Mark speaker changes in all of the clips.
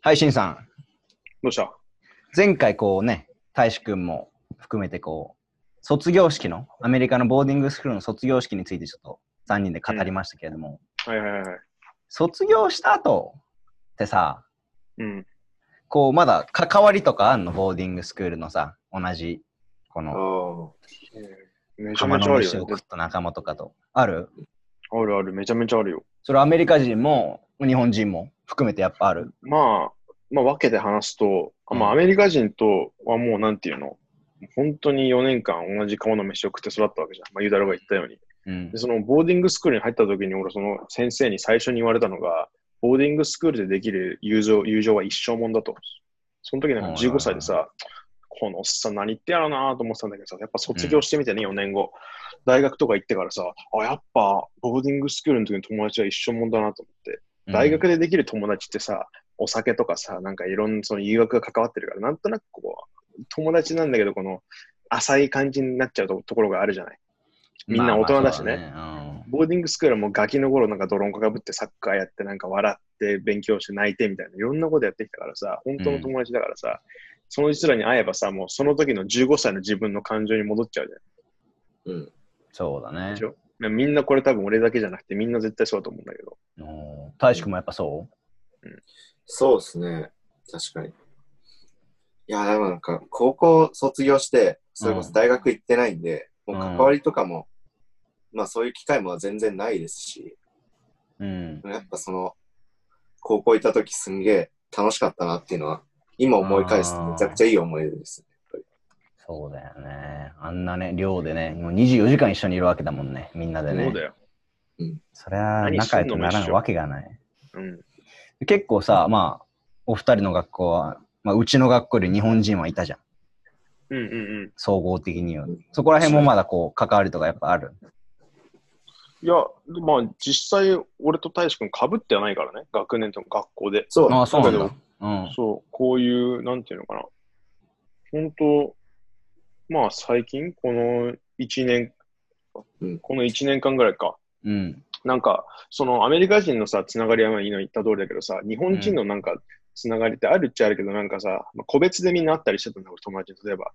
Speaker 1: はい、しんさん。
Speaker 2: どうした
Speaker 1: 前回こうね、大志くんも含めてこう、卒業式の、アメリカのボーディングスクールの卒業式についてちょっと3人で語りましたけれども、
Speaker 2: はいはいはいはい。
Speaker 1: 卒業した後ってさ、
Speaker 2: うん。
Speaker 1: こうまだ関わりとかあんのボーディングスクールのさ、同じ、この、
Speaker 3: あ
Speaker 2: めちゃ
Speaker 1: 浜
Speaker 2: めちゃ
Speaker 1: の
Speaker 2: ある
Speaker 1: 飯を
Speaker 2: よ。
Speaker 1: 食った仲間とかと。ある
Speaker 2: あるある、めちゃめちゃあるよ。
Speaker 1: それアメリカ人も日本人も含めてやっぱある。
Speaker 2: まあ、まあ、分けて話すと、あま
Speaker 1: う
Speaker 2: あ、
Speaker 1: ん
Speaker 2: アメリカ人とはもうなんていうの、本当に4年間同じ顔の飯を食って育ったわけじゃん。まあ、ユダロが言ったように。
Speaker 1: うん
Speaker 2: で、。そのボーディングスクールに入った時に、俺、その先生に最初に言われたのが、ボーディングスクールでできる友情友情は一生もんだと。その時なんか15歳でさ、このおっさん何言ってやろうなと思ってたんだけどさ、やっぱ卒業してみてね、4年後。大学とか行ってからさ、あ、やっぱボーディングスクールの時の友達は一生もんだなと思って。大学でできる友達ってさ、お酒とかさ、なんかいろんなその誘惑が関わってるから、なんとなくこう、友達なんだけど、この浅い感じになっちゃうとところがあるじゃない。みんな大人だしね
Speaker 1: まあまあそうだね
Speaker 2: ボーディングスクールはもうガキの頃なんか泥んこかぶってサッカーやってなんか笑って勉強して泣いてみたいないろんなことやってきたからさ本当の友達だからさ、そのうちらに会えばさもうその時の15歳の自分の感情に戻っちゃうじ
Speaker 3: うん。うん。
Speaker 1: うんそうだね
Speaker 2: でしょ。ゃんみんなこれ多分俺だけじゃなくてみんな絶対そうだと思うんだけど
Speaker 1: うん大志くんもやっぱそう
Speaker 3: そうですね。確かに。いや、でもなんか、高校卒業して、それこそ大学行ってないんで、
Speaker 1: ん
Speaker 3: もう関わりとかも、まあそういう機会も全然ないですし、
Speaker 1: うん。
Speaker 3: やっぱその、高校行った時すんげえ楽しかったなっていうのは、今思い返すとめちゃくちゃいい思い出です。
Speaker 1: そうだよね。あんなね、寮でね、もう24時間一緒にいるわけだもんね、みんなでね。
Speaker 2: そうだよ、
Speaker 1: そりゃ
Speaker 2: 何
Speaker 1: 仲
Speaker 2: す
Speaker 1: 良
Speaker 2: ん
Speaker 1: く
Speaker 2: のも
Speaker 1: なら
Speaker 2: 一
Speaker 1: ん
Speaker 2: 緒
Speaker 1: わけがない。
Speaker 2: うん、
Speaker 1: 結構さ、まあ、お二人の学校は、まあ、うちの学校で日本人はいたじゃん。
Speaker 2: うんうんうん
Speaker 1: 総合的には
Speaker 3: うん。
Speaker 1: そこら辺もまだこう、関わりとかやっぱある。
Speaker 2: いやまあ実際俺と大志くんかぶってはないからね学年とか学校で
Speaker 3: そう。
Speaker 1: ああ、そうなん
Speaker 2: だ
Speaker 1: だ
Speaker 2: け。
Speaker 1: うん。
Speaker 2: そう、こういう、なんていうのかな。本当、まあ最近、この1年、
Speaker 3: うん
Speaker 2: この1年間ぐらいか。
Speaker 1: うん。
Speaker 2: なんか、そのアメリカ人のさ、つながりはまあ今言った通りだけどさ、日本人のなんか、つながりってあるっちゃあるけど、なんかさ、まあ個別でみんな会ったりしてたんだよ、俺友達に例えば。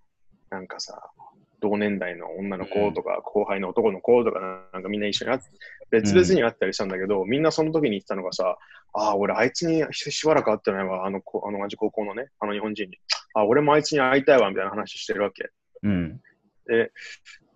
Speaker 2: なんかさ、同年代の女の子とか、後輩の男の子とか、なんかみんな一緒に会って、別々に会ったりしたんだけど、みんなその時に言ってたのがさ、ああ、俺あいつにししばらく会ってないわ、あの子、あの同じ高校のね、あの日本人に。ああ、俺もあいつに会いたいわ、みたいな話してるわけ。
Speaker 1: うん。
Speaker 2: で、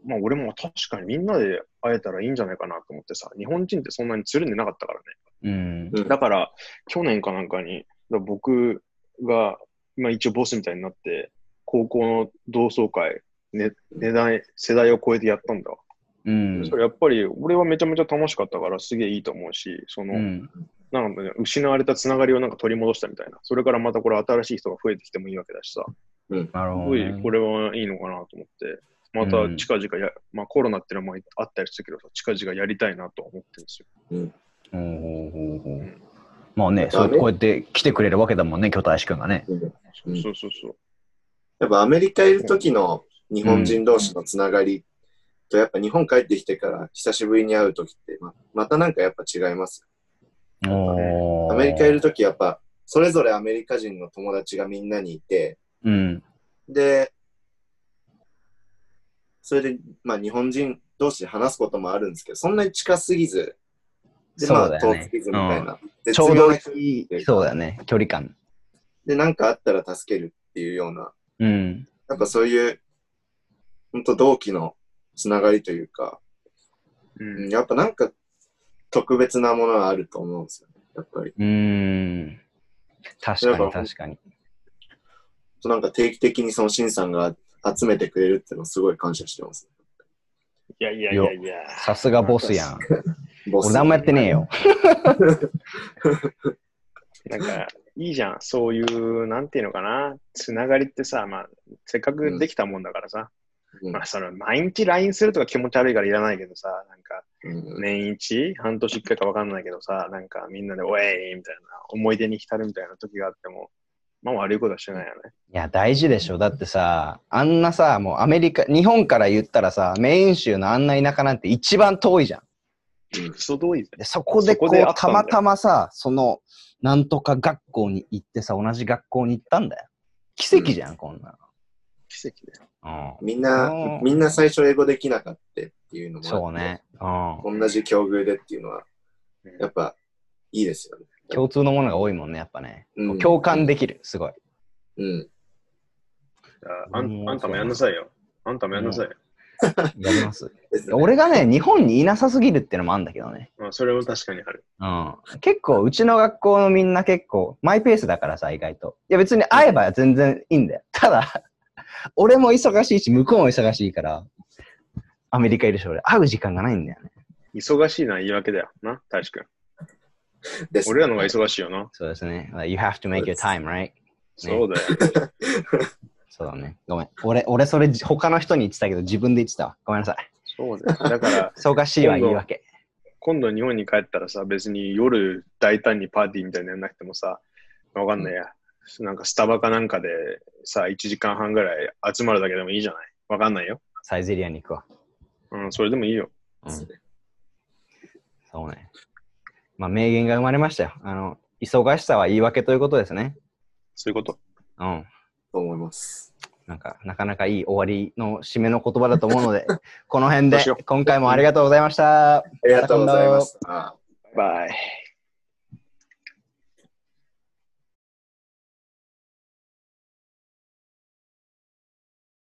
Speaker 2: まあ俺も確かにみんなで会えたらいいんじゃないかなと思ってさ、日本人ってそんなにつるんでなかったからね。
Speaker 1: うん。
Speaker 3: うん
Speaker 2: だから、去年かなんかに、だから僕が、まあ一応ボスみたいになって、高校の同窓会、ね、値段、世代を超えてやったんだわ。
Speaker 1: うん。
Speaker 2: それやっぱり、俺はめちゃめちゃ楽しかったから、すげえいいと思うし、その、
Speaker 1: うん。
Speaker 2: なんかね、失われたつながりをなんか取り戻したみたいな。それからまたこれ新しい人が増えてきてもいいわけだしさ。
Speaker 1: なる
Speaker 2: す
Speaker 1: ほ
Speaker 2: ご
Speaker 1: ど
Speaker 2: い、
Speaker 1: ね。
Speaker 2: これはいいのかなと思って、また近々や、まあコロナっていうのもあったりするけどさ、近々やりたいなとは思ってるんですよ。
Speaker 1: ほうほうほうほ
Speaker 2: う
Speaker 1: うんまあね、そうこうやって来てくれるわけだもんね、巨大志くんがね。
Speaker 3: うん
Speaker 2: そうそうそうそう。
Speaker 3: やっぱアメリカいる時の日本人同士のつながりと、やっぱ日本帰ってきてから久しぶりに会う時って、ままたなんかやっぱ違います。
Speaker 1: おー
Speaker 3: アメリカいる時やっぱ、それぞれアメリカ人の友達がみんなにいて、
Speaker 1: うん。
Speaker 3: で、それで、まあ日本人同士で話すこともあるんですけど、そんなに近すぎず、で、
Speaker 1: そ
Speaker 3: ま
Speaker 1: うだ
Speaker 3: あ
Speaker 1: よね
Speaker 3: 遠すぎずみたいな。
Speaker 1: ち
Speaker 3: 絶
Speaker 1: ょう
Speaker 3: 妙
Speaker 1: ど
Speaker 3: ない
Speaker 1: い、そうだよね、距離感。
Speaker 3: で、なんかあったら助けるっていうような、
Speaker 1: うん。
Speaker 3: やっぱそういう、本当同期のつながりというか、
Speaker 2: う
Speaker 3: うん
Speaker 2: ん、
Speaker 3: やっぱなんか特別なものがあると思うんですよね。やっぱり。
Speaker 1: うーん。確かに確かに。
Speaker 3: なんか定期的にそのシンさんが集めてくれるっていうのをすごい感謝してます。
Speaker 2: いやいやいやいや。
Speaker 1: さすがボスやん。
Speaker 3: ボ
Speaker 1: 俺何もやってねえよ。
Speaker 2: なんか、いいじゃん。そういう、なんていうのかな。つながりってさ、まあ、せっかくできたもんだからさ。
Speaker 3: うん
Speaker 2: まあ、その、毎日 LINE するとか気持ち悪いからいらないけどさ、なんか、
Speaker 3: うん
Speaker 2: 年一、半年一回かわかんないけどさ、なんかみんなで、おえいみたいな、思い出に浸るみたいな時があっても、まあ悪いことはしてないよね。
Speaker 1: いや、大事でしょ。だってさ、あんなさ、もうアメリカ、日本から言ったらさ、メイン州のあんな田舎なんて一番遠いじゃん。
Speaker 2: クソ遠いぜ。
Speaker 1: でそこでこ
Speaker 2: そこ
Speaker 1: う、
Speaker 2: で会った
Speaker 1: た
Speaker 2: んだ
Speaker 1: ま
Speaker 2: よ
Speaker 1: たまさ、その、なんとか学校に行ってさ、同じ学校に行ったんだよ。奇跡じゃん、こんな
Speaker 2: 奇跡だよ。
Speaker 1: の。
Speaker 3: みんな
Speaker 1: うん、
Speaker 3: みんな最初英語できなかったっていう
Speaker 1: うん。
Speaker 3: のもあって
Speaker 1: そうね。うん。
Speaker 3: 同じ境遇でっていうのは、やっぱいいですよね。
Speaker 1: 共通のものが多いもんね、やっぱね。
Speaker 3: うん
Speaker 1: 共感できる、すごい。
Speaker 3: うん。
Speaker 2: ああんあんたもやんなさいよ。あんたもやんなさいよ。
Speaker 1: やります。
Speaker 3: ですね
Speaker 1: 俺がね、日本にいなさすぎるってのもあるんだけどね。
Speaker 2: うん、それも確かにある。
Speaker 1: うん。結構、うちの学校のみんな結構、マイペースだからさ、意外と。いや、別に会えば全然いいんだよ。 ただ、俺も忙しいし、向こうも忙しいから、アメリカいるし、俺、会う時間がないんだよね。
Speaker 2: 忙しいな言い訳だよな、大志くん。
Speaker 3: です
Speaker 2: 俺らの方が忙しいよな。
Speaker 1: そうですね。Like, You have to make your time, right?
Speaker 2: そうだよ。
Speaker 1: そうだね。ごめん。俺、俺、それ、他の人に言ってたけど、自分で言ってたわ。ごめんなさい。
Speaker 2: そうだよ。だから、
Speaker 1: 忙しいは言い訳。
Speaker 2: 今度日本に帰ったらさ、別に夜大胆にパーティーみたいにならなくてもさ、わかんないや。なんかスタバかなんかでさ、1時間半ぐらい集まるだけでもいいじゃないわかんないよ。
Speaker 1: サイゼリアに行くわ。
Speaker 2: うん、それでもいいよ。
Speaker 1: うん。そうね。まあ、名言が生まれましたよ。あの、忙しさは言い訳ということですね。
Speaker 2: そういうこと。
Speaker 1: うん。
Speaker 3: と思います。
Speaker 1: なんか、なかなかいい終わりの締めの言葉だと思う ので、この辺
Speaker 2: どう
Speaker 1: で
Speaker 2: しよう
Speaker 1: 今回もありがとうございました。
Speaker 3: ありがとうございました。
Speaker 2: バイ。